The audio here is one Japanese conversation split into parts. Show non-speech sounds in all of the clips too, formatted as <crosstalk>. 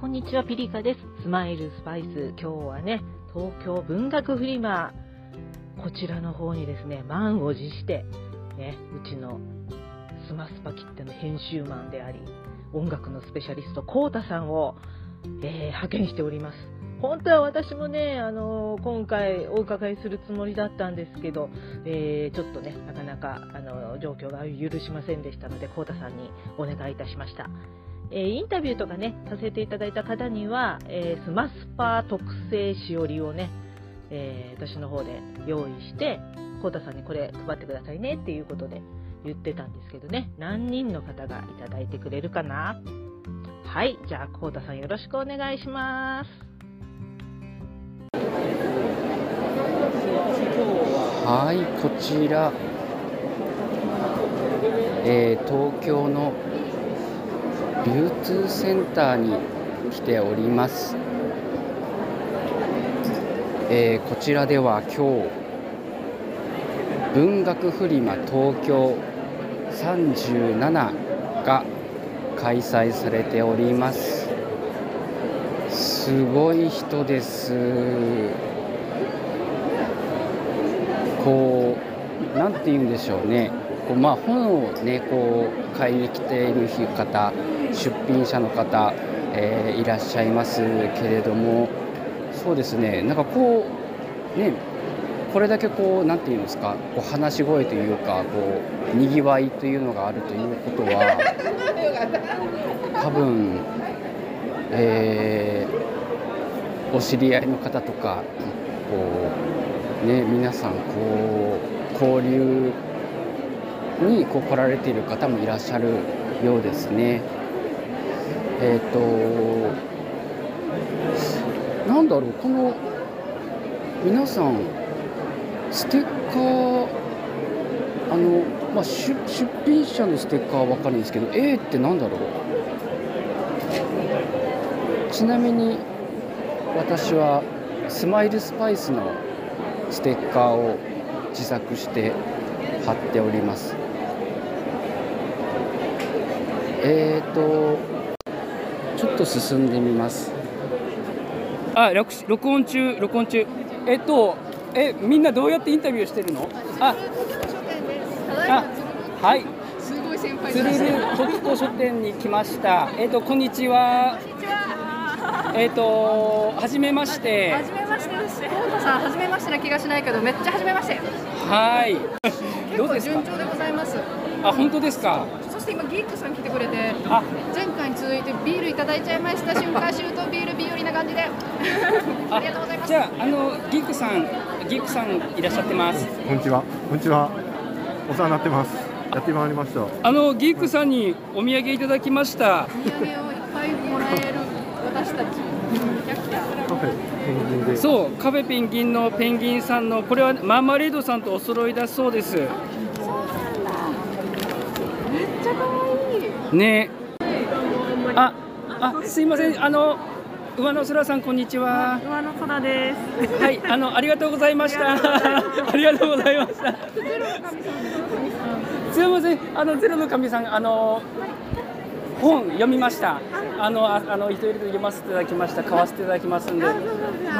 こんにちは、ピリカです。スマイルスパイス。今日はね、東京文学フリマ、こちらの方にですね、満を持して、ね、うちのスマスパ切手の編集マンであり、音楽のスペシャリスト、コウタさんを、えー派遣しております。本当は私もね、あのー今回お伺いするつもりだったんですけど、えーちょっとね、なかなか、あのー状況が許しませんでしたので、コウタさんにお願いいたしました。えーインタビューとかねさせていただいた方には、えースマスパ特製しおりをね、えー私の方で用意してコウタさんにこれ配ってくださいねっていうことで言ってたんですけどね何人の方がいただいてくれるかなはいじゃあコウタさんよろしくお願いしますはい、こちら、えー東京の流通センターに来ております。えーこちらでは今日文学フリマ東京37が開催されております。すごい人です。こうなんて言うんでしょうねこうまあ本をねこう買いに来ている方出品者の方、えーいらっしゃいますけれどもそうですねなんかこうねこれだけこうなんていうんですかこう話し声というかこうにぎわいというのがあるということは多分、えーお知り合いの方とかこうね、皆さんこう交流にこう来られている方もいらっしゃるようですね。えっ、となんだろうこの皆さんステッカーあの、まあ、出出品者のステッカーは分かるんですけど A ってなんだろうちなみに私はスマイルスパイスのステッカーを自作して貼っておりますえーとちょっと進んでみますあ録し録音中録音中えっとえみんなどうやってインタビューしてるのああはいすごい先輩つるる時子書店に来ましたえっとこんにちはこんにちは。えっとはじめましてはじめまして。コウタさん、はじめましてな気がしないけど、めっちゃはじめまして。はいど結うで構順すか調でございます。あ本当ですかそして今ギークさん来てくれて、あ前回に続いてビールいただいちゃいました瞬間、シュートビール日和な感じで。ありがとうございます。じゃああのギークさんギークさんいらっしゃってますこんにちは。こんにちは。お世話になってます。やってまいりました。あのギークさんにお土産いただきましたお土産をいっぱいもらえる私たち。キャッキャカフェ、ペンギンで。そうカフェペンギンのペンギンさんのこれはマーマレードさんとお揃いだそうですめっちゃ可愛い。ねああすいませんあの上野空さんこんにちは上の空です。はいあのありがとうございました <laughs> ありがとうございましたすいませんあのゼロの神さんあの本読みましたあのああの一人で読ませていただきました買わせていただきますんでは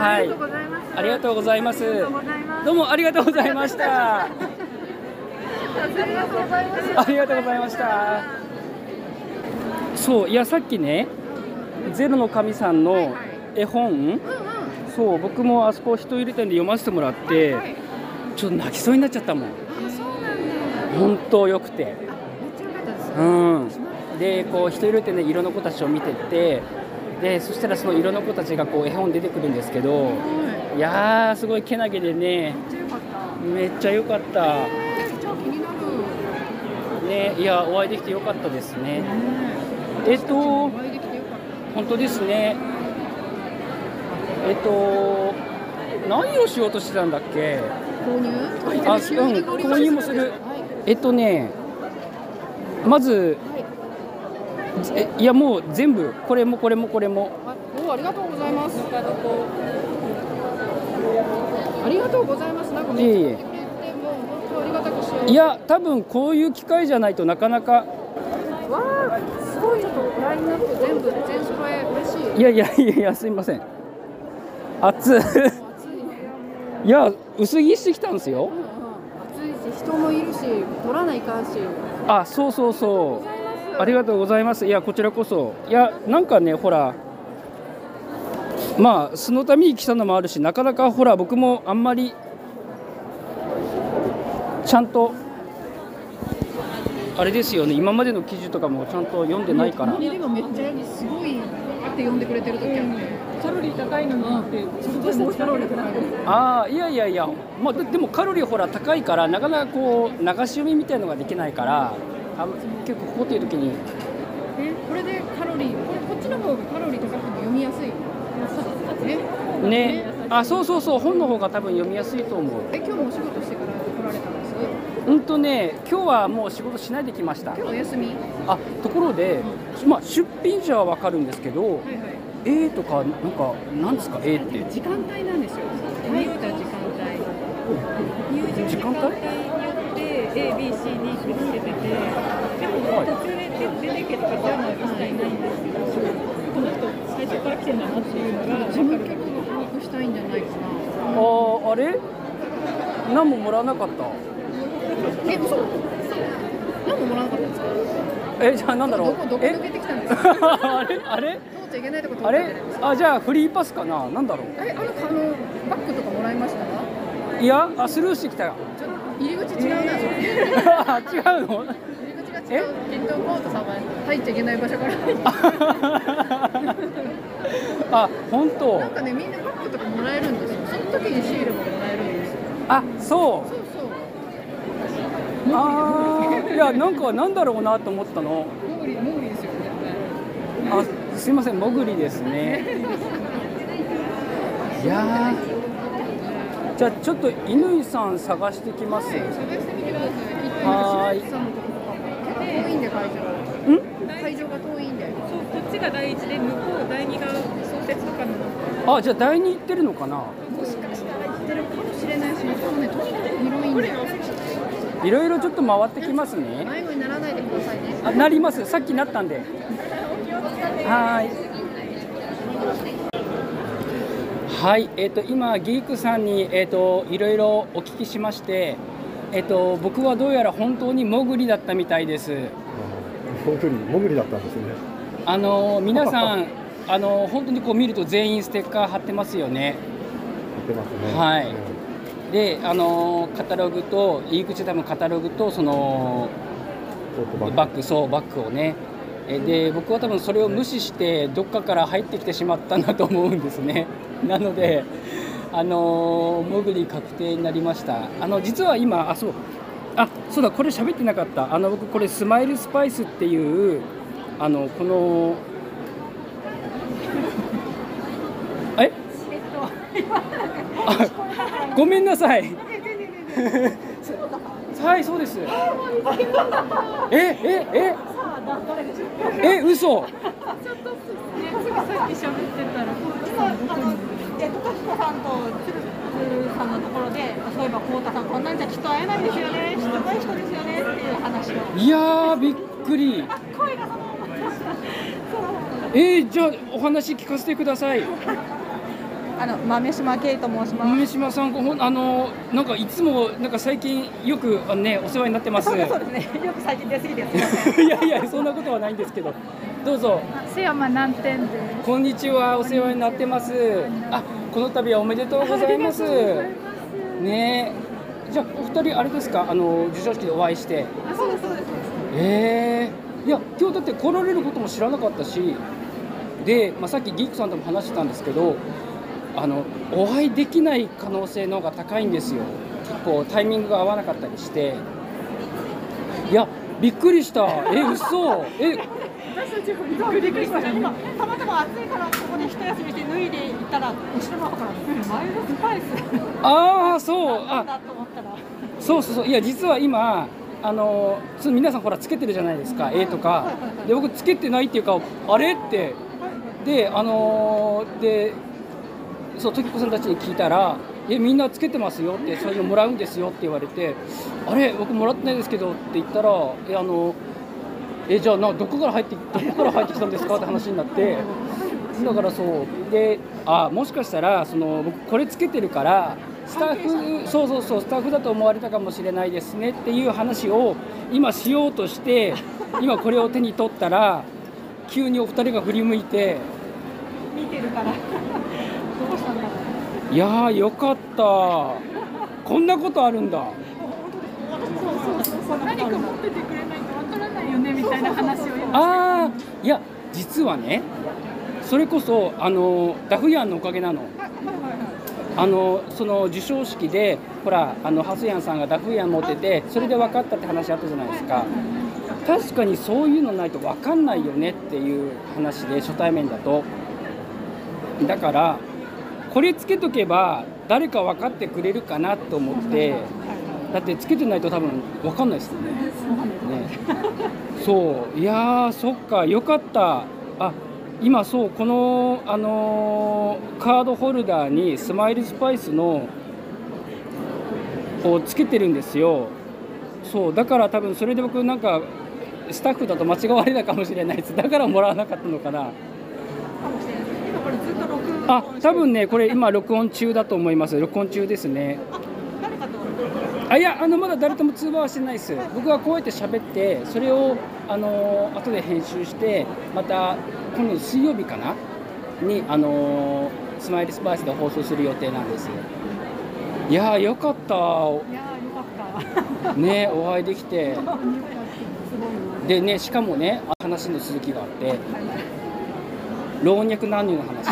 ありがとうございます。ありがとうございますありがとうございますどうもありがとうございましたありがとうございます。ありがとうございました。そういやさっきね、ゼロの神さんの絵本、そう僕もあそこ人入れたんで読ませてもらって、はい。ちょっと泣きそうになっちゃったもん。あ、そうなんだ。本当良くて、あ、めっちゃ良かったです。うん。でこう人入れてね色の子たちを見てって、でそしたらその色の子たちがこう絵本出てくるんですけど、いやーすごいけなげでね、めっちゃ良かった。めっちゃ良かった。超気になる。ねいやお会いできて良かったですね。えっとお。会いできてよかった。本当ですねえっと何をしようとしてたんだっけ購入あうん購入もするえっとねまずえいやもう全部これもこれもこれもおありがとうございますありがとうございますなんかめっちゃ買ってくれてもう本当ありがたくしよういや多分こういう機会じゃないとなかなかわあすごいちょっとラインナップ全部全揃え嬉しいいやいやいやいやすいません暑い暑いね。いや薄着してきたんですようんうん。暑いし人もいるし、取らないかんし。あそうそうそうありがとうございますいやこちらこそいやなんかねほらまあそのために来たのもあるしなかなかほら僕もあんまりちゃんとあれですよね今までの記事とかもちゃんと読んでないからいやでもめっちゃすごいって呼んでくれてる時あって。カロリー高いのにって、ちょっとしたカロリー高い。ああいやいやいや、まあ、ででもカロリーほら高いからなかなかこう流し読みみたいのができないからあ結構ここっていう時にえ、これでカロリー、これこっちの方がカロリー高くて読みやすい。ね。ねあそうそうそう本の方が多分読みやすいと思うえ、今日もお仕事してから来られたんです。うんとね今日はもう仕事しないで来ました今日お休み。はいあところで、まあ、出品者は分かるんですけどはい。 「え」とかなんかなんですか「え」って時間帯なんですよ。入った時間帯。時間帯によって A、B、C、D ってつけてて、でも途中で出てけとかじゃないとかいないんですけど、この人最初から来てんだなっていうのが、事務局が把握したいんじゃないかな。あーあれ何ももらわなかったえ、嘘。何ももらわなかったんですか。えじゃあなんだろどうこどこ抜え <laughs> けてきたんですか。あれあれ通っちゃいけないとこ通ったあんじゃなれいですか。あじゃあフリーパスかななんだろうえ、あのあのバッグとかもらいましたか。いやあスルーしてきたよ <laughs> ちょっと入り口違うな。あ違うの入 <laughs> り口が違う。きっとコート様入っちゃいけない場所から入って。あ本当なんかねみんなバッグとかもらえるんですよ。その時にシールももらえるんですよ。あそうそうそう。あーいやなんかなんだろうなと思ったのモーリーモーリーですよね。あすいませんもぐりですねいやーじゃあちょっと乾さん探してきますはい、探してみてください。きっとはーい白石さんのところとかも結構遠いんで会場が。会場が遠いんで。そうこっちが第一で、向こう第二が創設とかの、あじゃあ第二行ってるのかなもしかしたら行ってるかもしれないし、向こうねとにかく広いんで。いろいろちょっと回ってきますね迷子にならないでくださいね。あなりますさっきなったんではーいはい、えっ、と今ギークさんにえっ、といろいろお聞きしまして、えっ、と僕はどうやら本当にモグリだったみたいです。本当にモグリだったんですね。あの皆さんあの本当にこう見ると全員ステッカー貼ってますよね。やってますね。はいうんで、あのカタログと入り口多分カタログとそのトートバッグ。バッグそうバッグをね。えで僕は多分それを無視してどっかから入ってきてしまったんだと思うんですね。 <laughs> なので。あのモグリ確定になりました。あの実は今あそうあそうだこれ喋ってなかった。あの僕これスマイルスパイスっていうあのこのえあごめんなさい。 <laughs> はいそうです。ええええ嘘。ちょっとね、ついさっき喋ってたら、今あのえっと、かきこさんとつるつるさんのところで、そういえば、こうたさん、こんなんじゃきっと会えないですよね、人ない人ですよねっていう話を。いやーびっくり。あ、声がそのまま。そうえー、じゃあお話聞かせてください。あの、豆島圭と申します。梅島さんご本あのなんかいつもなんか最近よくあのねお世話になってます。そうですそういですね、よく最近出過ぎです。すいませんや <laughs> いやそんなことはないんですけど。どうぞ。瀬山南天でこんにちはお世話になってます。あこの度はおめでとうござ <laughs> います。ねえじゃあお二人あれですかあの授賞式でお会いして。あ、そうです、そうです。ええいや今日だって来られることも知らなかったしで、まあ、さっきギークさんとも話してたんですけどあのお会いできない可能性の方が高いんですよ結構タイミングが合わなかったりしていやびっくりしたえ嘘え私たちもびっくりしました。今、たまたま暑いから、ここで一休みして脱いでいったら、後ろの方から、うんマイルドスパイスああそうなんあだと思ったら。そうそうそういや実は今あのつ皆さんほらつけてるじゃないですか絵とかで僕つけてないっていうかあれってであのーでそう時子さんたちに聞いたら「えみんなつけてますよ」って「そういうのもらうんですよ」って言われて「あれ僕もらってないですけど」って言ったら「えあのえじゃあなどこから入ってどこから入ってきたんですか?」って話になって。だからそうであもしかしたらその僕これつけてるからスタッフそうそうそうスタッフだと思われたかもしれないですねっていう話を今しようとして今これを手に取ったら急にお二人が振り向いて見てるから <laughs> どうしたんだろういやーよかったこんなことあるんだそうそうそう何か持っててくれないとわからないよねみたいな話を今あーいや実はねそれこそあのダフヤンのおかげなの。あのその授賞式でほらあのハスヤンさんがダフヤン持っててそれで分かったって話あったじゃないですか確かにそういうのないと分かんないよねっていう話で初対面だとだからこれつけとけば誰か分かってくれるかなと思ってだってつけてないと多分分かんないですよねねそういやーそっかよかったあ今そうこの、あのーカードホルダーにスマイルスパイスのをつけてるんですよそうだから多分それで僕なんかスタッフだと間違われたかもしれないですだからもらわなかったのかなかもしれない今これずっと録音あして多分ねこれ今録音中だと思います録音中ですねあ誰かとあいやあのまだ誰とも通話はしてないです僕はこうやって喋ってそれをあのー後で編集してまた今度水曜日かなにあのースマイルスパイスで放送する予定なんですいやーよかったいやーよかったねお会いできてでねしかもね話の続きがあって老若男女の話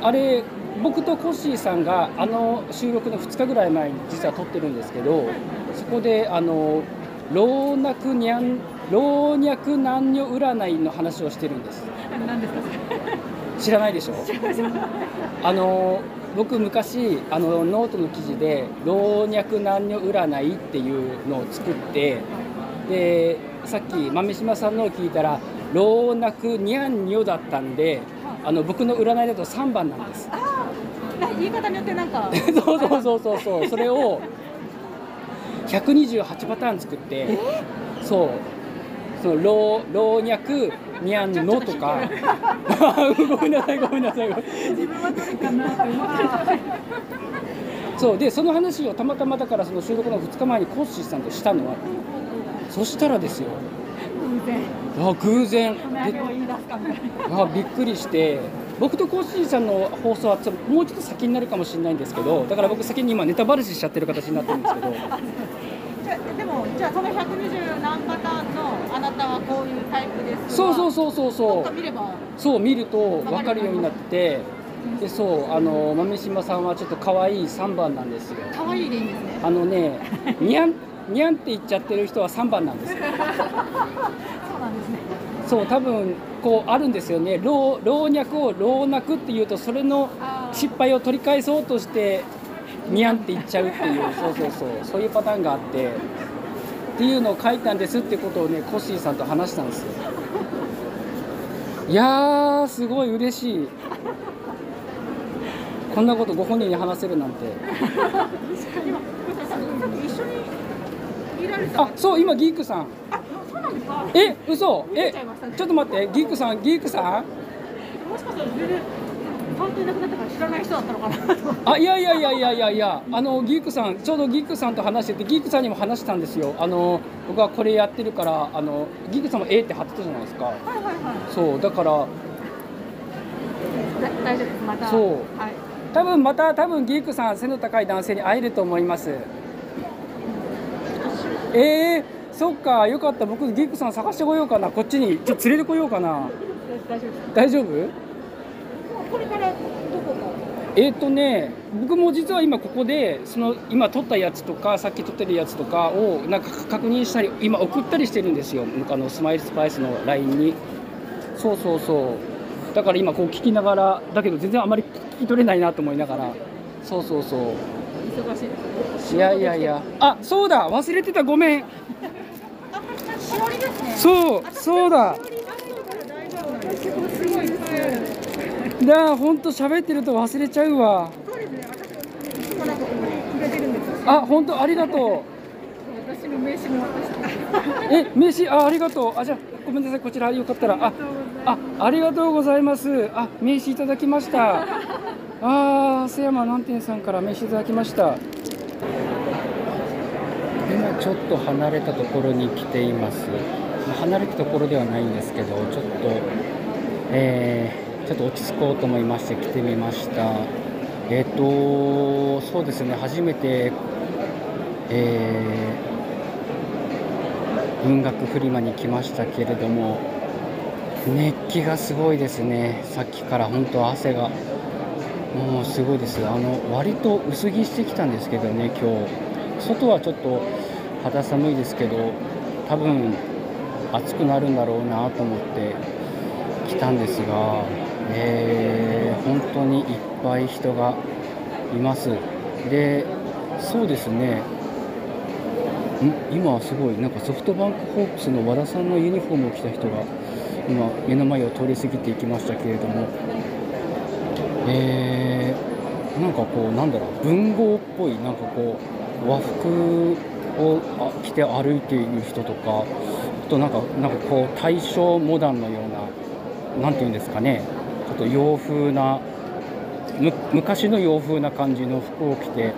あれ僕とコッシーさんがあの収録の2日ぐらい前に実は撮ってるんですけどそこであの老若にゃん老若男女占いの話をしてるんです何ですかそれ知らないでしょあの僕昔あのノートの記事で老若男女占いっていうのを作ってでさっき豆島さんのを聞いたら老若にゃんにょだったんであの僕の占いだと3番なんですな言い方によってなんか <laughs> そうそうそうそうそうそれを128パターン作ってそうその老老若にゃんのとか <laughs> ごめんなさいごめんなさいごめんなさい自分はどれかなって思ってそうでその話をたまたまだからその収録の2日前にコッシーさんとしたのはそしたらですよあ偶然で何を言い出すかみたいなあびっくりして僕とコッシーさんの放送はちょっともうちょっと先になるかもしれないんですけどだから僕先に今ネタバレししちゃってる形になってるん <laughs> ですけど。じゃでもじゃあその120何パターンのあなたはこういうタイプですそうそううそうそうどそっかう見ればそう見ると分かるようになっててでそうあの豆島さんはちょっと可愛い3番なんですよ可愛いでいいんですねあの <laughs> ねにゃんにゃんって言っちゃってる人は3番なんですよそうなんですねそう多分こうあるんですよね老老若を老若っていうとそれの失敗を取り返そうとしてにゃんって言っちゃうっていうそうそうそうそういうパターンがあってっていうのを書いたんですってことをねコッシーさんと話したんですよいやーすごい嬉しいこんなことご本人に話せるなんて今福田さんちょっと一緒に見られたあそう今ギークさんあそうなんですかえ嘘見ええちゃいましたねちょっと待ってギークさんギークさんもしかしたら全然担当いなくなったから知らない人だったのかな <laughs> とあいやいやいやいやいやいやあのギークさんちょうどギークさんと話しててギークさんにも話したんですよあの僕はこれやってるからあのギークさんもええって貼ってたじゃないですかはいはいはいそうだからだ大丈夫ですまたそうはい多分また多分ギークさん背の高い男性に会えると思いますえー、そっかよかった僕ギークさん探してこようかなこっちにちょっと連れてこようかな大丈夫です大丈夫これからどこかえっ、とね、僕も実は今ここでその今撮ったやつとかさっき撮ってるやつとかをなんか確認したり今送ったりしてるんですよあのスマイルスパイスの LINE にそうそうそうだから今こう聞きながらだけど全然あまり聞き取れないなと思いながらそうそうそう忙しいですいやいやいやあそうだ忘れてたごめんあしおりですねそうそうだすごいいっぱいあるだあほんと喋ってると忘れちゃうわそうですね私いつもなんかこうくれてるんですよあ本当ありがとう私の名刺も渡してえ名刺あありがとうあじゃあごめんなさいこちらよかったらああ、ありがとうございます。あ、名刺いただきました。ああー、瀬山南天さんから名刺いただきました。今ちょっと離れたところに来ています離れたところではないんですけどちょっと、えーちょっと落ち着こうと思いまして来てみましたえっ、とそうですね初めて、えー文学フリマに来ましたけれども熱気がすごいですねさっきから本当汗がもうすごいですあの割と薄着してきたんですけどね今日外はちょっと肌寒いですけど多分暑くなるんだろうなと思って来たんですが、えー本当にいっぱい人がいますでそうですねん今すごいなんかソフトバンクホークスの和田さんのユニフォームを着た人が今目の前を通り過ぎていきましたけれども、えーなんかこうなんだろう文豪っぽいなんかこう和服をあ着て歩いている人とかあとなんかなんかこう大正モダンのようななんていうんですかねちょっと洋風なむ昔の洋風な感じの服を着て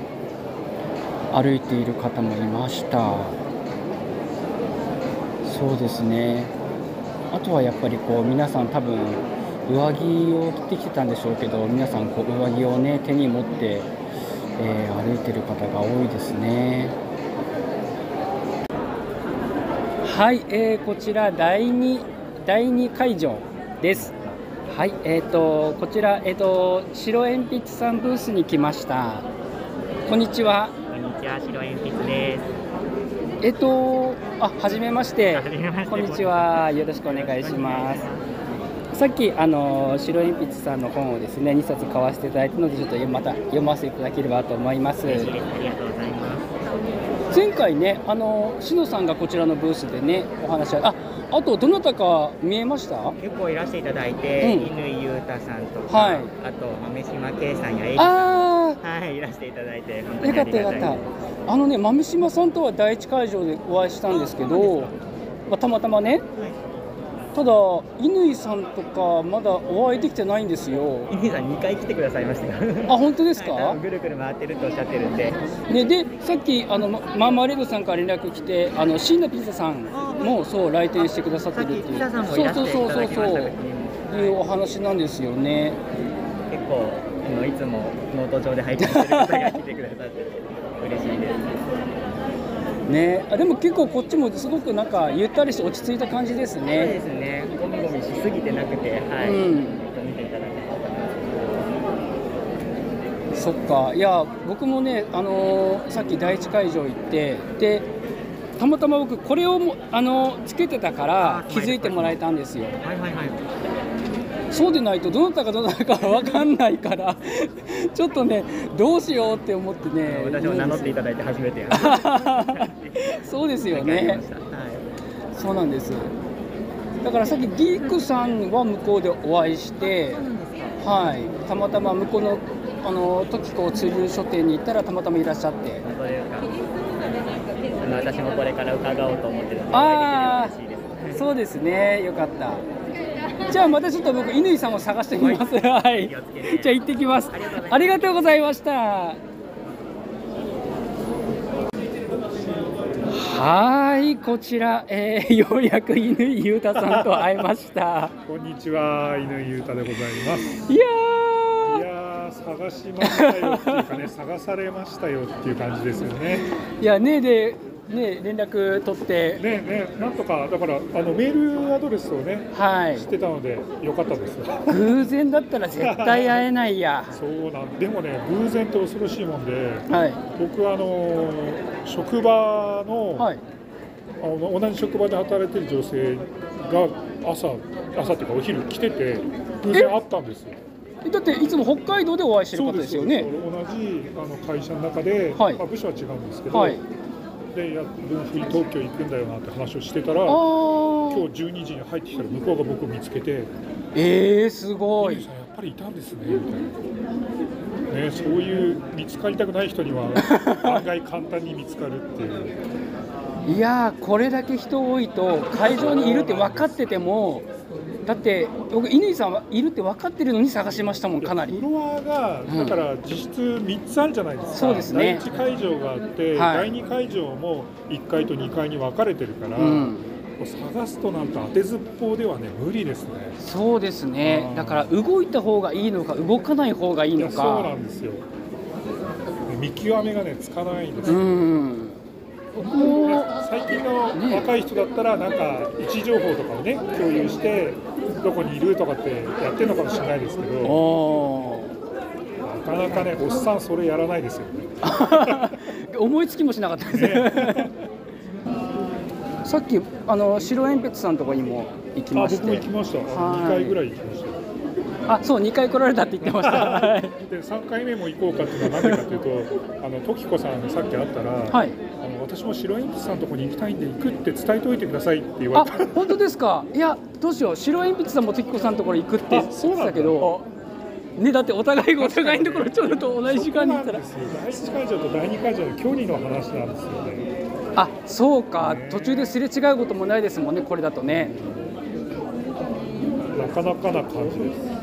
<clears throat> 歩いている方もいましたそうですねあとはやっぱりこう皆さん多分上着を着てきてたんでしょうけど皆さんこう上着をね手に持ってえー歩いてる方が多いですね。はい、えーこちら第2第2会場です。はい、えっ、とこちらえっ、と白鉛筆さんブースに来ました。こんにちは。こんにちは、白鉛筆です。えっ、とあ、はじめましてはじめまし。てこんにちは。よろしくお願いします。さっきあの白鉛筆さんの本をですね2冊買わせていただいたのでちょっとまた読ませていただければと思います嬉しいです。ありがとうございます。前回ねあのしのさんがこちらのブースでねお話しああとどなたか見えました結構いらしていただいて、うん乾ゆうたさんとか、はいあと豆島圭さんやエリさん、あはい、いらしていただいて、本あ当よにかあったりがよたかいっです。たあのね豆島さんとは第一会場でお会いしたんですけどまあたまたまねはいただ乾さんとかまだお会いできてないんですよイニさん2回来てくださいましたよ。あ本当ですか、はい多分ぐるぐる回ってるとおっしゃってるんで、ね、でさっきあのママーマレードさんから連絡来てあのシンナピザさんもそう来店してくださってさっるきっていピうザさんもいそうらそしうていそうたそだうきそましうたけどねいうお話なんですよね。結構あのいつもノート上で拝見してる方が来てくださって嬉しいです。ねあでも結構こっちもすごくなんかゆったりして落ち着いた感じですそうねで。すね。ゴミゴミしすぎてなくて、はい。うんちょっと見ていただけたらそっかいや僕もねあのーさっき第一会場行ってでたまたま僕これをもあのーつけてたからあ気づいてもらえたんですよ。はいはいはい。そうでないとどなたかどなたかわかんないから <laughs> ちょっとねどうしようって思ってね。私も名乗っていただいて初めてやる。そうですよわかり <laughs> ねま。したそうなんです。だからさっきギークさんは向こうでお会いして、はい、たまたま向こうのあの時子鶴流書店に行ったらたまたまいらっしゃって、本当ですか。あの私もこれから伺おうと思ってるので、あーお会いできれば嬉しいです。そうですね、よかった。じゃあまたちょっと僕乾さんを探してみます。はい。気じゃをつけてあ行ってきます。ありがとうございました。はーい、こちら、えー、ようやく乾裕太さんと会えました。こんにちは、犬ゆうたでございます。いやいやー、探しましたよっていう <laughs> かね、探されましたよっていう感じですよね。ーいやねでね連絡取って、ねえねえ、なんとか、だから、あのメールアドレスをね、は知ってたので、よかったです。い偶然だったら絶対会えないやそうなん、でもね、偶然って恐ろしいもんで、はい僕、あのー職場の、はいあの同じ職場で働いてる女性が朝朝っていうかお昼来てて偶然会ったんですよ。えだっていつも北海道でお会いしてる方ですよねそうです同じあの会社の中で、はいまあ、部署は違うんですけど、はいでや文振り東京行くんだよなって話をしてたらあ今日ー12時に入ってきたら向こうが僕を見つけてえー、す「ごミネいさんやっぱりいたんですね」みたいな、ね、そう <laughs> いう見つかりたくない人には案外簡単に見つかるっていう。いやー、これだけ人多いと、会場にいるって分かってても、だって、僕、乾さんはいるって分かってるのに探しましたもん、かなり。フロアが、んだから実質3つあるじゃないですか、そうですね第1会場があって、はい第2会場も1階と2階に分かれてるから、うん探すとなんて当てずっぽうではね、無理ですね。そうですねう、んだから動いた方がいいのか、動かない方がいいいのやそうなか、んですよ。見極めがね、つかないんですうよ。ん、僕も、最近の若い人だったら、なんか位置情報とかをね、共有して、どこにいるとかってやってるのかもしれないですけど、おなかなかね、おっさん、それやらないですよね。ー <laughs> 思いつきもしなかったです。 <laughs> さっきあの白鉛筆さんとこにも行きあまし僕も行てきました、はい2回ぐらい行きました。あそう2回来られたって言ってま <laughs> したはいで3回目も行こうかっていうのは何でかというと <laughs> あの時子さんにさっき会ったら、はいあの私も白鉛筆さんのところに行きたいんで行くって伝えておいてくださいって言わあれた本当ですかいやどうしよう白鉛筆さんも時子さんのところ行くって言ってあそうなんだたけどねだってお互いがお互いのところちょうど同じ時間に行ったらそこなんですよ第1会場と第2会場の距離の話なんですよねあそうかね途中ですれ違うこともないですもんねこれだとねなかなかな感じです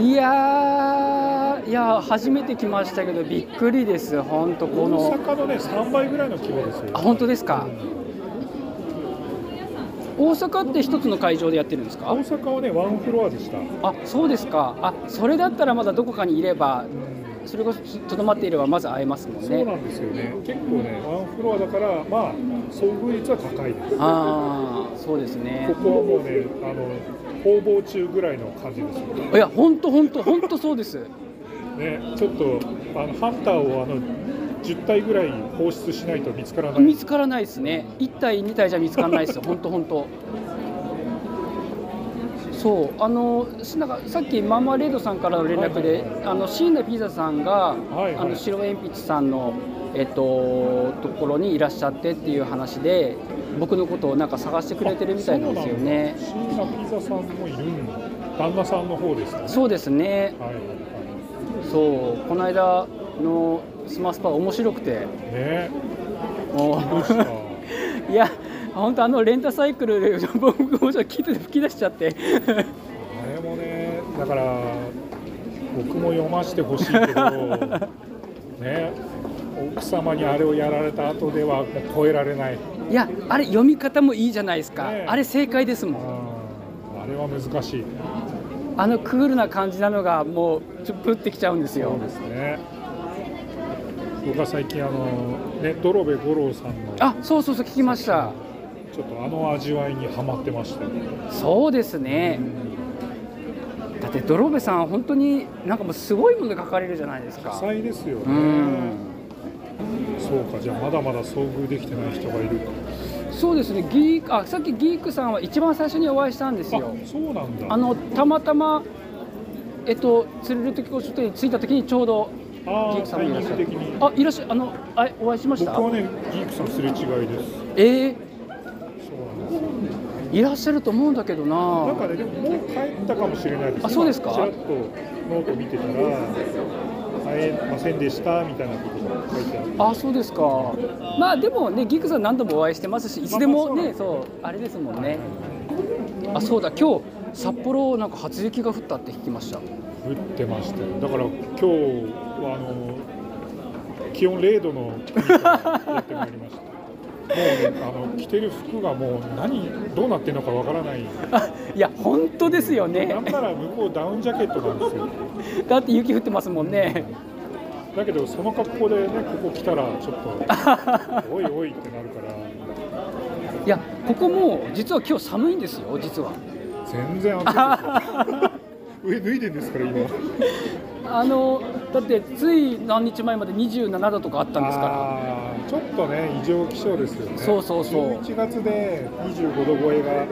いやーいやー初めて来ましたけどびっくりです本当この大阪のね3倍ぐらいの規模ですよあ本当ですか大阪って一つの会場でやってるんですか大阪はねワンフロアでしたあそうですかあそれだったらまだどこかにいればそれこそとどまっていればまず会えますもんそうなねんですよね結構ねワンフロアだからまあ遭遇率は高いですああそうですねここはもうねあの工房中ぐらいの感じですよねいや本当本当本当そうですね、ちょっとあのハンターをあの10体ぐらい放出しないと見つからない見つからないですね1体2体じゃ見つからない <laughs> ですよ本当本当そうあのすなんかさっきママレードさんからの連絡で、はいはいあの椎名ピザさんが、いはいあの白鉛筆さんの、えっと、ところにいらっしゃってっていう話で僕のことをなんか探してくれてるみたいなんですよねあ。そうなんだ椎名ピザさんもいるんだ旦那さんの方ですかねそうですねはいはいはそうこの間のスマスパ面白くていねもどうしたういや本当あのレンタサイクルで僕もちょっと聞いてて吹き出しちゃってあれもねだから僕も読ませてほしいけどね奥様にあれをやられた後ではもう超えられないいやあれ読み方もいいじゃないですか、ねえあれ正解ですあもんーあれは難しいあのクールな感じなのがもうちょっとぶってきちゃうんですよそうですね僕は最近あのね泥部五郎さんのあそうそうそう聞きましたちょっとあの味わいにはまってましたね。そうですねだって泥部さん本当になんかもうすごいもので書かれるじゃないです多か彩ですようね。んそうか、じゃあまだまだ遭遇できてない人がいる。そうですねギークあさっきギークさんは一番最初にお会いしたんであ、すよそうなんだ。あのたまたまえっと釣れる時こ書店に着いた時にちょうどあギーークさんタイもいミらっしンゃグる的に。あいらっしゃあのあお会いしまし僕たはね、ギークさんすれ違いです。えそうなんですよ。ー、いらっしゃると思うんだけどななんかね、でももう帰ったかもしれないです。あそうですか今ちらっとノート見てたら、会えませんでしたみたいなことが書いてある。あそうですかまあでもねギークさん何度もお会いしてますしいつでもまあまねそうあれですもんねあそうだ今日札幌なんか初雪が降ったって聞きました降ってましたよ。だから今日はあの気温0度の国からやってまいりました。もうね、あの着てる服がもう何どうなってるのかわからない。あいや本当ですよねなんなら向こうダウンジャケットなんですよ。だって雪降ってますもんねだけどその格好でねここ来たらちょっとおいおいってなるからいやここも実は今日寒いんですよ実は全然暑いですよ。上脱いでんですから今。あのだってつい何日前まで27度とかあったんですかあーちょっとね異常気象ですよね。そうそうそう11月で25度超えが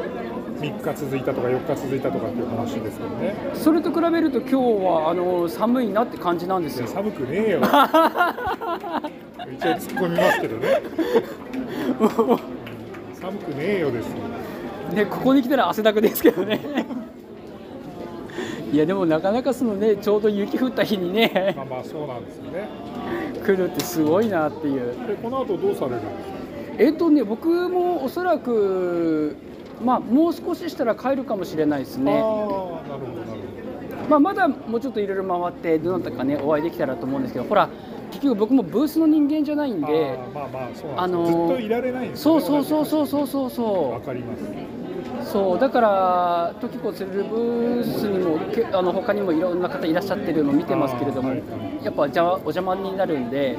3日続いたとか4日続いたとかっていう話ですよね。らそれと比べると今日はあの寒いなって感じなんですいやよ寒くねえよ。一応突っ込みますけどね。寒くねえよですよ。ね、ここに来たら汗だくですけどね。いやでもなかなかそのねちょうど雪降った日にねまあまあそうなんですよね。来るってすごいなっていうでこの後どうされるんですか。えっ、とね僕もおそらくまあもう少ししたら帰るかもしれないですああなるね。ほどなるまあ、まだもうちょっといろいろ回ってどなたかねお会いできたらと思うんですけどほら結局僕もブースの人間じゃないんほどであーまあまあそうなあんですよ、のーずっといられないんですそうそうそううそうそうそうわそかりますうそうだから時子釣るブースにもけあの他にもいろんな方いらっしゃってるの見てますけれどもあーはいはいやっぱじゃお邪魔になるんで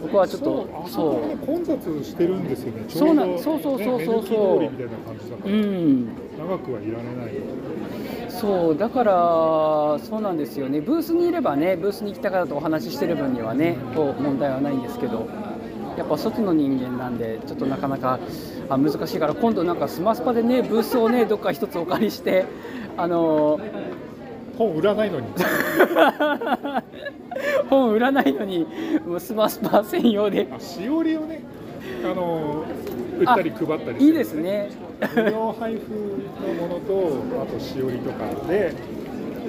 僕はちょっとそうあそこそね混雑してるんですよねちょそううどなねそうそうそうそうそう目抜き通りみたいな感じだかうら、うん長くはいられないそうだからそうなんですよねブースにいればねブースに来た方とお話ししてる分にはねこう問題はないんですけどやっぱ外の人間なんでちょっとなかなかあ難しいから今度なんかスマスパでねブースをねどっか一つお借りしてあのー本売らない <laughs> のに本売らないのにもうスマスパ専用であしおりをねあの売ったり配ったりしてるいいですね無料配布のものとあとしおりとかで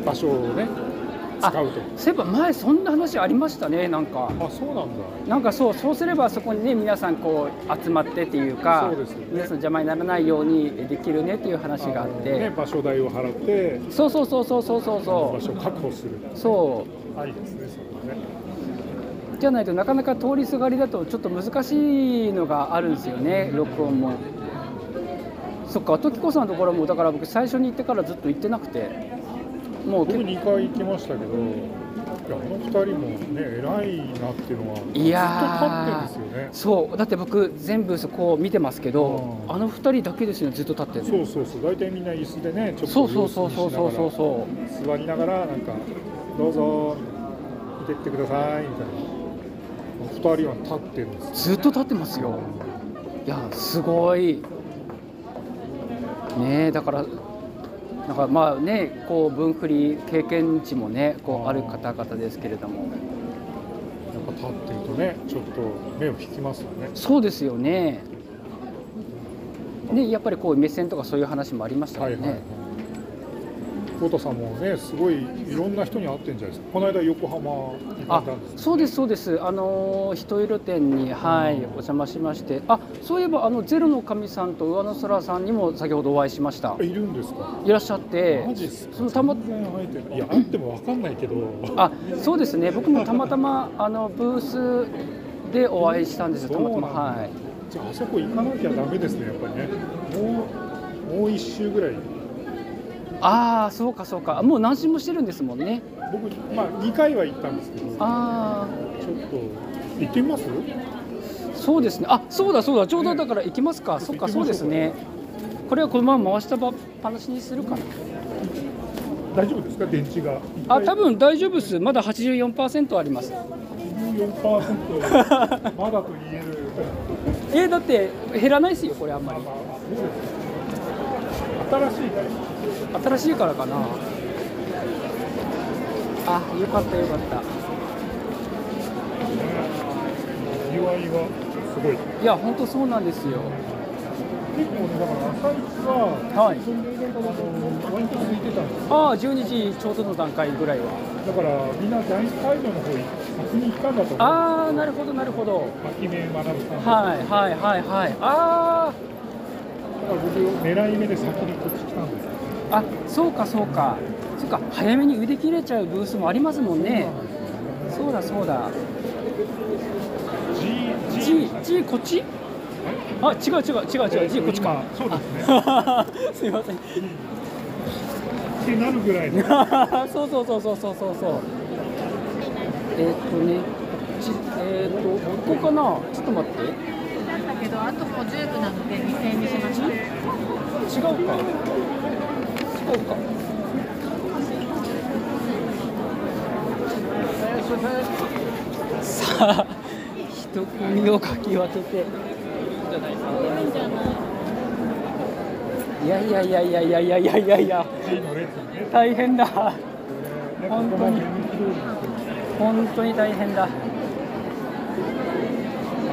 場所をねあ使うとそういえば前そんな話ありましたねなんかあそうなんだなんかそうそうすればそこにね皆さんこう集まってっていうかそうですよね皆さん邪魔にならないようにできるねっていう話があっのね、て場所代を払ってそうそうそうそうそうそう場そ所を確保するうそありですねそれはねうじゃないとなかなか通りすがりだとちょっと難しいのがあるんですよね録音もそっか時子さんのところもだから僕最初に行ってからずっと行ってなくてもう僕結構2回行きましたけどいやあの2人もね偉いなっていうのはいやーずっと立ってるんですよねそうだって僕全部そこを見てますけどうんあの2人だけですよねずっと立ってるのそうそうそう大体みんな椅子でねちょっとそうそうそうそうそうそううそう座りながらなんかどうぞ見てってくださいみたいな2人は立ってるんですよずっと立ってますよいやすごいねえだからなんかまあねこう分振り経験値もねこうある方々ですけれどもやっぱ立ってるとねちょっと目を引きますよねそうですよねねやっぱりこう目線とかそういう話もありましたはよね、いはいはい太田さんもねすごいいろんな人に会ってんじゃないですかこの間横浜行あったんですそうですそうですあのー人色店にはいお邪魔しましてあそういえばあのゼロの神さんと上野空さんにも先ほどお会いしましたいるんですかいらっしゃってマジっすかそのたま全然会えてないいや会っても分かんないけどあそうですね僕もたまたまあのブースでお会いしたんですよたまたまそうなんだはいじゃああそこ行かなきゃダメですねやっぱりねもうもう一周ぐらいああそうかそうかもう何周もしてるんですもんね僕まあ2回は行ったんですけどちょっとあ行ってみますあそうですねあそうだそうだちょうどだから行きますか、そっか行きそましょううですねこれはこのまま回したばっぱなしにするかな大丈夫ですか電池があ多分大丈夫ですまだ84%あります14%まだと言えるえーだって減らないですよこれあんまり新しい新しいからかなあよかったよかった UI がすごいいや本当そうなんですよ結構ねだから朝一ははいそんなになんかあの割と空いてたんですよああ12時ちょうどの段階ぐらいはだからみんな大会場の方に先に行ったんだと思うああなるほどなるほど秋目学さんはいはいはいはいあだから僕狙い目で先にこっち来たんですよーあそうかそうかそうか早めに腕切れちゃうブースもありますもんねそうだそうだ G G, G こっちあ違う違う違う違う G こっちか <laughs> そうですねあすいません <laughs> ってなるぐらいのそうそうそうそうそうそうそうえーっとねこっちえーっとここかなちょっと待ってなんだけど、あともう10部なので2000円にしました。違うか違うかさあ人組をかき分けていやいやいやいやいやいやいやいやいや G の列にね大変だ本本当当にに本当に大変だ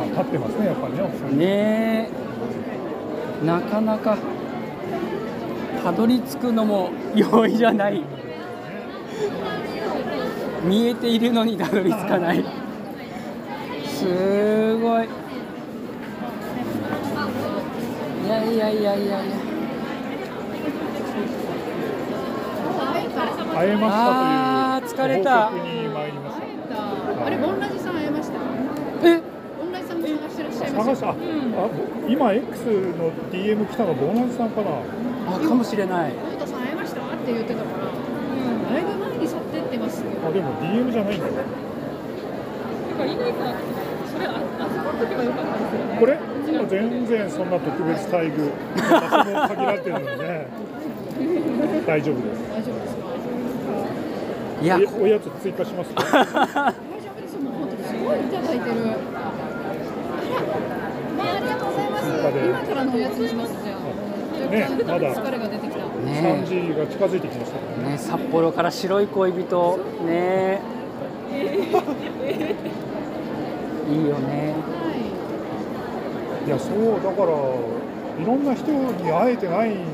立ってますねやっぱりね奥さんねえなかなかたどり着くのも容易じゃない見えているのにたどり着かないすごいいやいやいやいや会えまあーした疲というれた報告に参りましあれ、ボンラジさん会えました。えボンラジさんも探してらっしゃいたま探し。したたあ、あぼ今 X の DM 来たのボーナスさんかなあかもしれない太田さん会えましたって言ってたから、うん、だいぶ前に去ってってますよ。あでも DM じゃないんだよだから、乾さん、それ、あ預かっとけばよかったですよね。これ全然そんな特別待遇私も限られてるので <laughs> ね大丈夫です大丈夫ですかいやおやおやつ追加します <laughs> か大丈夫ですよ。もう本当すごいいただいてる。あら、ね、ありがとうございます。今からのおやつにしますじゃあ。ね若干まだ疲れが出てきた。 3ね時が近づいてきましたねね札幌から白い恋人ねいいよねはいやそうだからいろんな人に会えてないい。多いの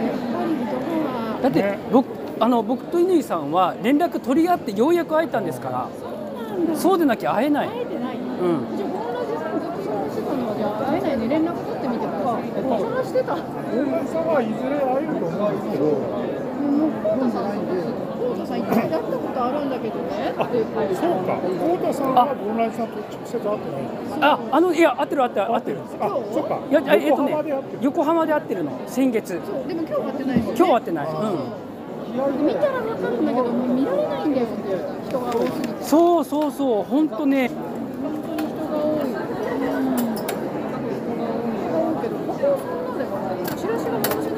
がやっぱり男は。だってね僕あの僕と乾さんは連絡取り合ってようやく会えたんですからそうでなきゃ会えない会えてない。うんじゃあボンラジさんずっと探してたのはじゃあ会えないで連絡取ってみてください。探してた。大村さんはいずれ会えると思うんですけどもうコウタさんコウタさん一回やったことあるんだけどねっていう感じ。そうか太田さんはボンライさんと直接会ってないああのいや合ってる合ってる合ってるあそっかいやあえっと横ね浜で会ってる横浜で会ってるの先月そうでも今日は会ってないですよね。今日会ってないうん見たらわかるんだけどもう見られないんだよっていう人が多すぎて。そうそうそう本当ね本当に人が多い。うん。人が多いけど、本当にそんなでもない。チラシが回せないんですよ。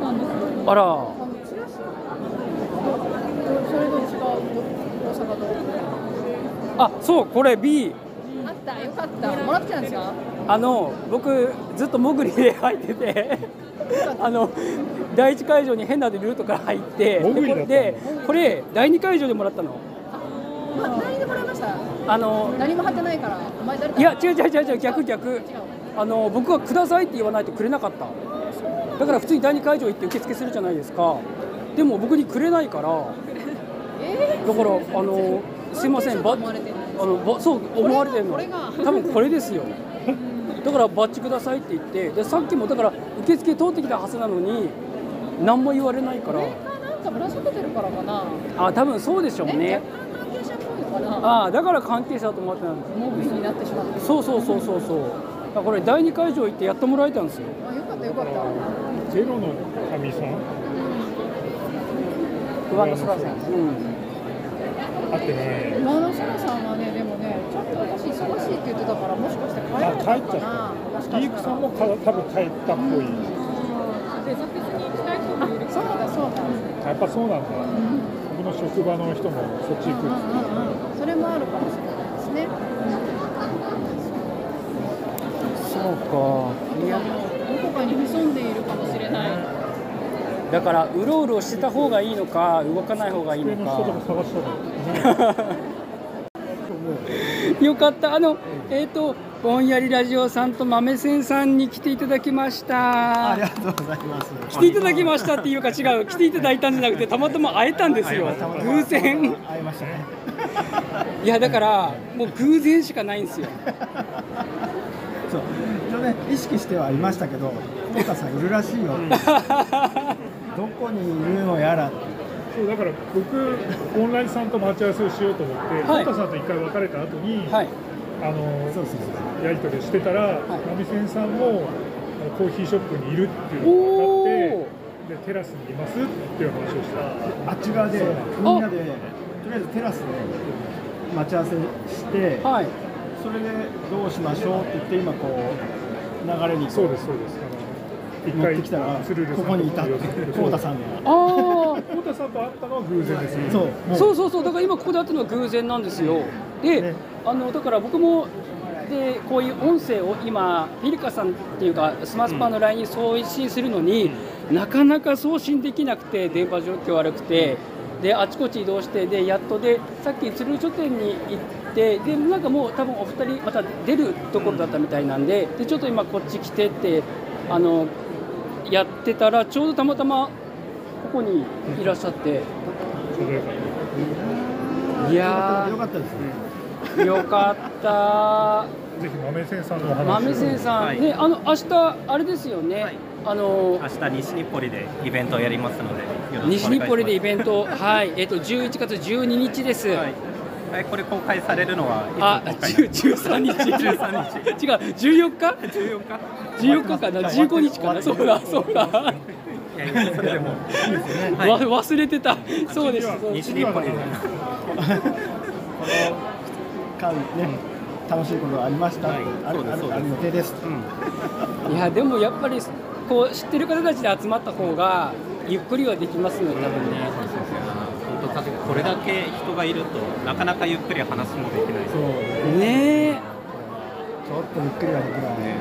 なんですよ。あらあのチラシがそれと違う大阪と。あそうこれ B あった、よかった。もらってたんですか。あの僕ずっと潜りで入って <laughs> てあの第一会場に変なでルートから入って潜りだったのでこれ第二会場でもらったのま何でもらいました。あの何も貼ってないから、お前誰だ。いや違う違う違う違う逆逆あの僕はくださいって言わないとくれなかっただから普通に第二会場行って受付するじゃないですかでも僕にくれないからだえからあのすいませんば思われてないあのばそう思われてるのこれがこれ多分これですよだからバッチくださいって言ってでさっきもだから受付通ってきたはずなのに何も言われないかー、らメーカーなんかぶら下げてるからかな。あ多分そうでしょうね若干関係者っぽいのかな。ああだから関係者だと思ってたんでモブになってしまって。すそうそうそうそうそうだからこれ第二会場行ってやってもらえたんですよあ、よかったよかった。ゼロの神さん上野空さん、うん、会ってない今の空さんはね、でもね、ちょっと私忙しいって言ってたから、もしかして帰られあた帰っかちなゃ。もしかリしークたさらんも。か多分帰ったっぽいデザフェスに行きたいとあいうより、そうだそうだ。やっぱそうなんだ僕の職場の人もそっち行くうんって言ってたうんうん。それもあるかもしれないですね。そうかいやどこかに潜んでいるかもしれない。だからうろうろしてた方がいいのか動かない方がいい上のの人でもか探 <laughs> したの、ね、よかったあのえっ、とぼんやりラジオさんと豆仙さんに来ていただきましたありがとうございます。来ていただきましたっていうか違う来ていただいたんじゃなくてたまたま会えたんですよたまたま偶然会いましたね。いやだからもう偶然しかないんですよそう。一応ね意識してはいましたけど、コウタさんいるらしいよ。 <laughs> どこにいるのやら。そうだから僕オンラインさんと待ち合わせをしようと思ってはい太田さんと一回別れた後に、はいあのそうそうそう。やり取りをしてたいら波線、さんもあのコーヒーショップにいるっていうのおが分ーかってでテラスにいますっていう話をしたあっち側でみんなでとりあえずテラスで待ち合わせして、はいそれでどうしましょうって言って今こう流れにそうですそうですあの一乗っ回てきたら鶴瓶さこんこにいたってコウタさんが。あー太田さんと会ったのは偶然ですねそう。もうそうそうそうだから今ここで会ったのは偶然なんですよで、ねあのだから僕もでこういう音声を今ピリカさんっていうかスマスパの LINE に送信するのに、なかなか送信できなくて電波状況悪くてであちこち移動してでやっとでさっき鶴書店に行ってでなんかもう多分お二人また出るところだったみたいなんででちょっと今こっち来てってあのやってたらちょうどたまたまここにいらっしゃって。ちょうどよかっいやーよかったですね。よかったぜひ豆仙さんのお話を豆仙さん、はいねあの明日あれですよね、はいあの明日西日暮里でイベントをやりますのでよろしくお願いします西日暮里でイベント、はい、えっと11月12日です。はい、はい、これ公開されるのはいつあ、公開10 13日、 13違う、14日、 14日14日かな、15日かな、そうだ、そうだ、いやいやそれでもはいわ忘れてた、そうです、そうです西日暮里で間ね、楽しいことがありました、はいあるそうですあそうでするある予定です。うんいや、でもやっぱりこう知ってる方たちで集まった方がゆっくりはできますので、多分ね。本当確かにこれだけ人がいるとなかなかゆっくり話もできないねえちょっとゆっくりはできないね。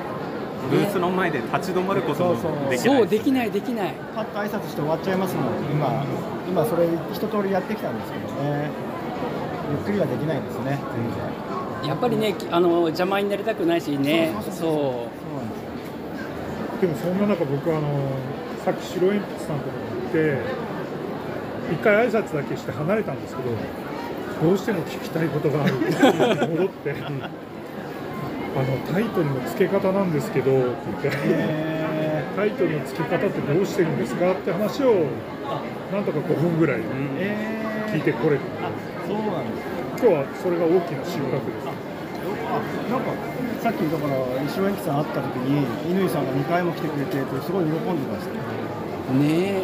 ブースの前で立ち止まることそうそうもできないそうできないできないパッと挨拶して終わっちゃいますもん。今今それ一通りやってきたんですけどね。ゆっくりはできないですね。全然。やっぱりねきあの邪魔になりたくないしねそうそうそうそそうなんですよ。でもそんな中僕はあのさっき白鉛筆さんとこ行って一回挨拶だけして離れたんですけどどうしても聞きたいことがあるって言って戻って <laughs> あのタイトルの付け方なんですけどって言ってえタイトルの付け方ってどうしてるんですかって話をなんとか5分ぐらいー、えー聞いてこれるそうなんです。今日はそれが大きな収穫ですなんかさっきだから石尾駅さん会った時に乾さんが2回も来てくれててすごい喜んでました。うねえ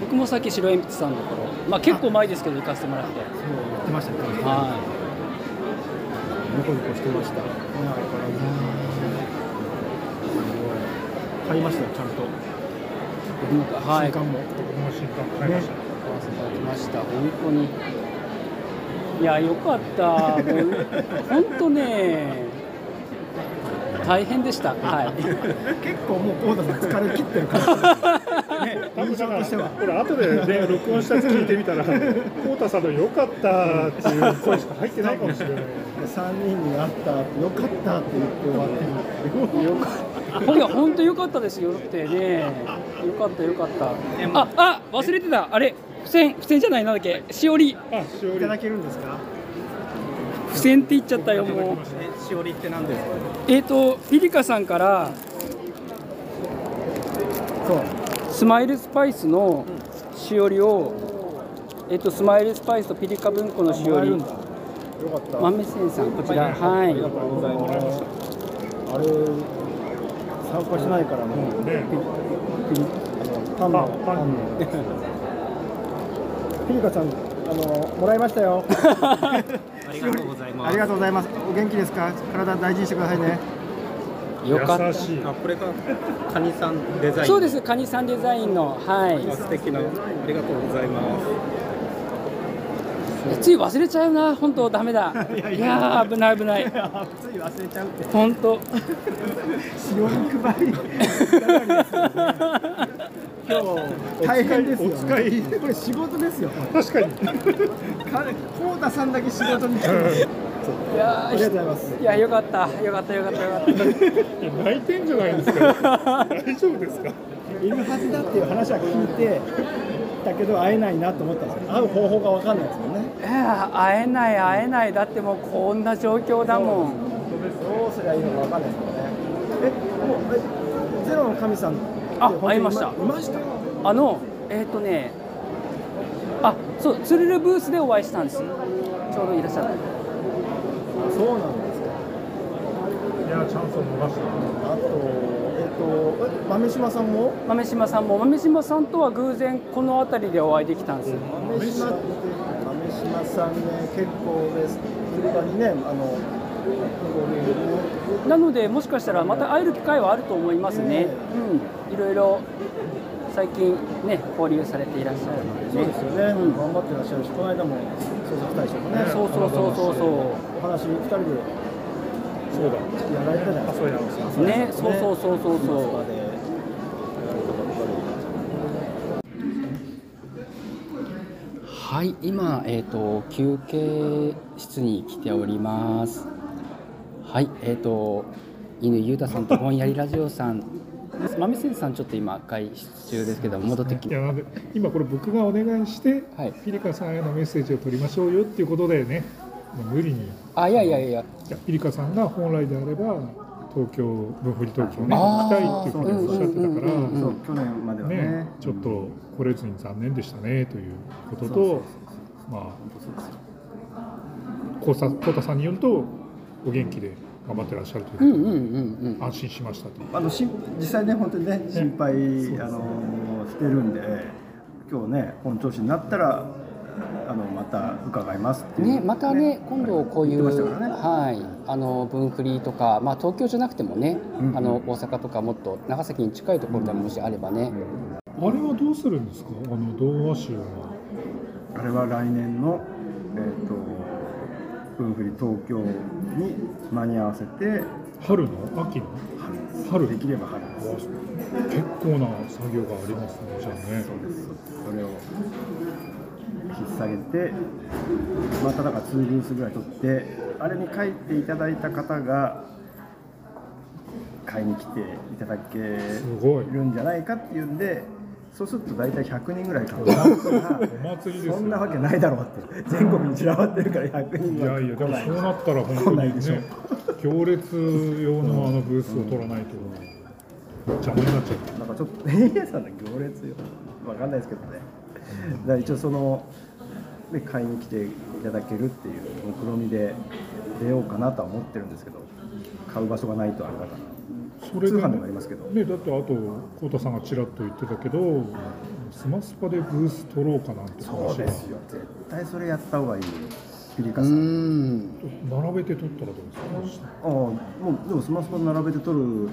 僕もさっき白鉛筆さんのところまあ結構前ですけど行かせてもらってそう言ってましたね。はニコニコしてました。ね、あれからね。すごい買いましたよ、ちゃんと。いなんかはい新刊も。僕も新刊買いました、買わせていただきました本当にいやよかったもう本当ね大変でしたはい結構もう、コーダさん疲れ切って <laughs> るから。ね、多分印だ象かとらしては。これ後で <laughs> ね録音したやつ聞いてみたら浩太さんの「良かった」っていう声しか入ってないかもしれない3人に会った、よかったって言って終わってる。よかった。いや本当良かったですよってね良かった良かったああ忘れてたあれ付箋付箋じゃないなんだっけしおりあしおいりただけるんですか。付箋って言っちゃったよもうえしおりって何ですかえっ、とリリカさんからそう。スマイルスパイスのしおりを、えっ、とスマイルスパイスとピリカ文庫のしおりもらえるんだ。よかった。豆仙さんこちらはあいりがとうございます。あれ。参加しないからもう。ねあのパンのパンパンの。ピリカちゃん、あのもらいましたよ。 <laughs> ありがとうございますありがとうございます。お元気ですか。体大事にしてくださいね。よかった優しいあこれがカニさんデザインそうですカニさんデザインのは素敵なありがとうございますいつい忘れちゃうな本当ダメだ <laughs> いやー危ない危ないつい忘れちゃうって。本 <laughs> 当塩肉配り。 <laughs> 今日大変ですよ、ね。お使いこれ仕事ですよ。確かに彼、コウタさんだけ仕事に来てます。いやありがとうごーざいます。いやよかったよかったよかったよかったいや泣いてんじゃないですか大丈夫ですかいるはずだっていう話は聞いて。だけど会えないなと思ったんですよ。会う方法がわかんないですもんね。いや会えない会えないだってもうこんな状況だもんどうすりゃいいのかわかんないですもんね。え、もうえゼロの神さんってあ本当に会いましたいました。あのえっ、とねあそうつるるブースでお会いしたんですちょうどいらっしゃったそうなんですか。いやチャンスを逃したあと、えっと、え豆島さんも。豆島さんも豆島さんとは偶然この辺りでお会いできたんですよ豆島って、豆島さんね、結構です。売り場にね、あの。なのでもしかしたらまた会える機会はあると思いますねうんいろいろ最近ね交流されていらっしゃるのでそうねですよね、頑張ってらっしゃるし、この間も創作大賞もね、そうそうそうそうそお話二人でそうだやられたじゃないですそうやうねそうそうそうそうそうはい、今、えー、と休憩室に来ております。はい、えっ、と犬裕太さんとぼんやりラジオさん、 <laughs> 豆仙さんちょっと今外出中ですけど戻ってきいやなんで今これ僕がお願いしてはいピリカさんへのメッセージを取りましょうよっていうことでね無理にあいやいやいやいやピリカさんが本来であれば東京分振り東京ね行きたいっていうふうにおっしゃってたから。うんそう去年まではねね、ちょっと来れずに残念でしたねということそうそうと、まあ、コタコタさんによると、お元気で頑張ってらっしゃるというこうとんうで、んうんうん安心しましたという。あのしん実際ね本当にね心配、あのしてるんで今日ね本調子になったらあのまた伺いますっていうね、またね、今度こういう、言ってましたからねはい、あの分振りとか、まあ東京じゃなくてもね、うんあの大阪とかもっと長崎に近いところでももしあればね、あれはどうするんですか、あの童話集は。あれは来年のえっ、と文振り東京に間に合わせて春の秋の春できれば春です結構な作業がありますね、じゃあね。そうですそうですそれを引っ提げてまただからツーリンスぐらい取ってあれに書いていただいた方が買いに来ていただけするごい。んじゃないかっていうんでそうすると大体100人ぐら <laughs> い買うからお祭りですよそんなわけないだろうって全国に散らばってるから100い人やはいや、で来もないそうなったら本当来ないにでしょね、行列用のあのブースを取らないと、邪魔になっちゃう。なんかちょっと平野さんの行列よわかんないですけどねだから一応そので買いに来ていただけるっていう目論みで出ようかなとは思ってるんですけど買う場所がないとあれだからそれ通販でもありますけどね、だってあと浩太さんがちらっと言ってたけどスマスパでブース取ろうかなんて話がよ絶対それやった方がいいよピリカうさんん、並べて取ったらどうですかああもうでもスマスパ並べて撮る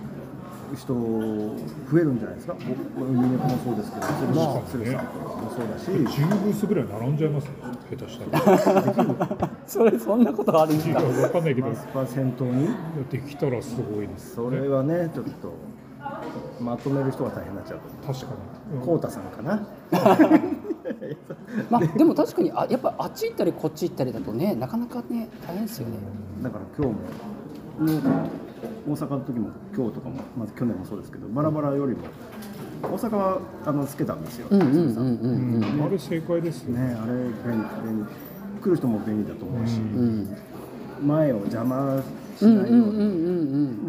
人増えるんじゃないですかおおユニコもそうですけど鶴さん鶴さんもそうだし10ブースぐらい並んじゃいますよ下手 <laughs> したらそれそんなことあるんいやだわかんないスけどマスパ先頭にできたらすごいですそれはねちょっとまとめる人が大変になっちゃうと思う確かに、うんコウタさんかな。まあでも確かにあやっぱあっち行ったりこっち行ったりだとね、なかなかね大変ですよね。だから今日も、大阪の時も今日とかもまず去年もそうですけどバラバラよりも大阪はあのつけたんですよ。うんうん鶴さうんううんんあれ正解ですよねねあれ便利便利来る人も便利だと思ううし、んうん前を邪魔しうないんよううに、んうんう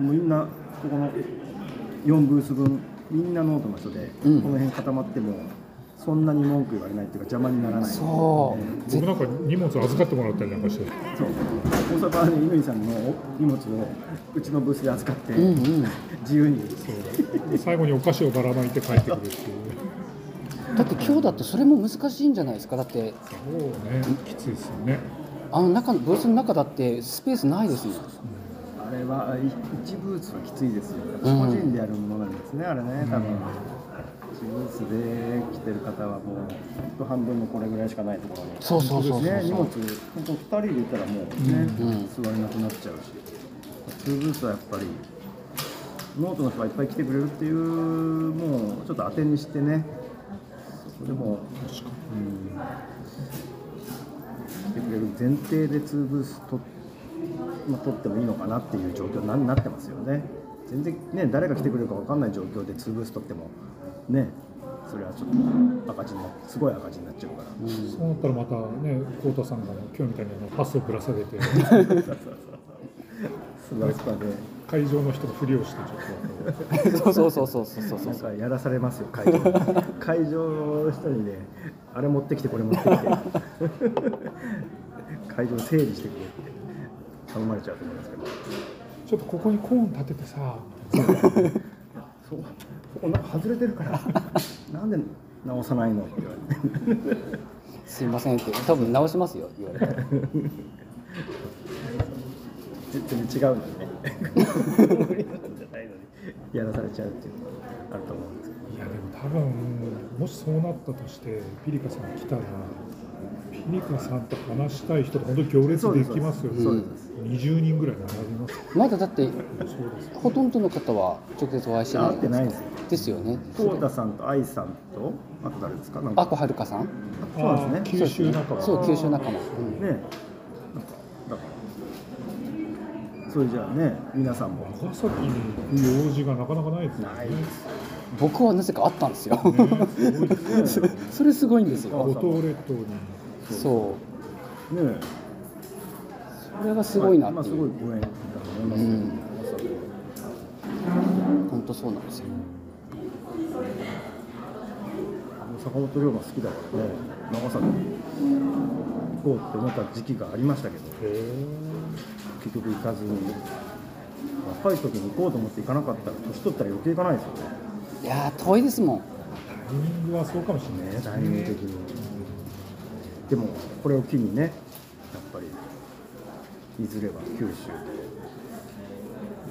んもうみんなここの4ブース分みんなノートの人で、うんこの辺固まってもそんなに文句言われないっていうか邪魔にならう。なんい。そう、僕なんか荷物預かってもらったりなんかしてそう大阪で乾さんの荷物をうちのブースで扱って、うんうん。自由にそう最後にお菓子をばらまいて帰ってくるっていうだって今日だってそれも難しいんじゃないですか。だってそうねきついですよねあの中のブースの中だってスペースないですもん。あれは1ブーツはきついですよ、うん個人でやるものなんですねあれね多分、1ブーツで来てる方はもうほんと半分のこれぐらいしかないところにそうそうそうそうそうね、荷物本当2人入れたらもうね、座れなくなっちゃうし2ブースはやっぱりノートの人がいっぱい来てくれるっていうもうちょっと当てにしてねそれもうん、来てくれる前提で2ブースと、まあ、取ってもいいのかなっていう状況にななってますよね全然ね誰が来てくれるか分かんない状況で2ブース取ってもねそれはちょっと赤字になすごい赤字になっちゃうから。そうなったらまたね、コウタさんが今日みたいにあのパスをぶら下げて、スバスパで会場の人のふりをして、ちょっとこそうそうそうそうそうそうなんかやらされますよ会場に会場の人にねあれ持ってきてこれ持ってきて会場整理してくれって頼まれちゃうと思うんですけどうちょっとここにコーン立ててさ、そうそこなんか外れてるからなんで直さないのって言われてすいませんって多分直しますよ言われたら。全然違うの <laughs> にね無理なんじゃないのにやらされちゃうっていうのがあると思うんですけどいや、でも多分もしそうなったとして、ピリカさん来たら、ピリカさんと話したい人、本当に行列できますよね、そうです20人ぐらい並びますよ、まだだってそうですほとんどの方は直接お会いしてないじゃないですか会ってなですよね。浩太さんと愛さんとあと誰ですかなんアかコはるかさん。そうですね九州仲間、そう九州仲間。うんねなんかだからそれじゃあね皆さんも長崎に用事がなかなかないですよね、僕はなぜかあったんですよ。 <laughs> ねすごいですねそれすごいんですよ。五島列島に、そねえこれがすごいなまあってすい。ごいうご縁だと思いまうす、ん。本当そうなんですよ。坂本龍馬好きだからね長崎行こうって思った時期がありましたけど結局行かずに若い時に行こうと思って行かなかったら年取ったら余計行かないですよねいやー遠いですもん。タイミングはそうかもしれないですタイミング的に、でもこれを機にねやっぱりいずれは九州で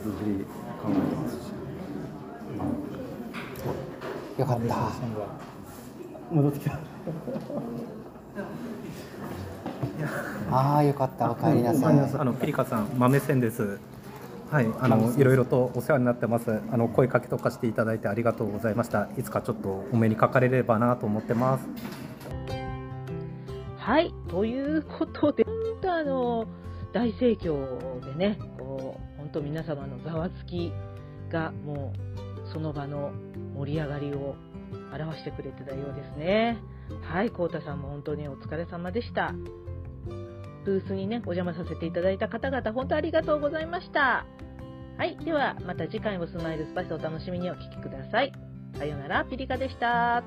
ブ振り考えてますしよかった。戻ってきた <laughs> ああよかった。お帰りなさい。あのピリカさん、豆線です。はい、あのいろいろとお世話になってます。あの声かけとかしていただいてありがとうございました。いつかちょっとお目にかかれればなと思ってます。はい、ということで、本当あの、大盛況でね、こう、本当皆様のざわつきが、もう、その場の盛り上がりを表してくれてたようですね。はい、こうたさんも本当にお疲れ様でした。ブースにね、お邪魔させていただいた方々、本当ありがとうございました。はい、では、また次回もスマイルスパイスをお楽しみにお聴きください。さようなら、ピリカでした。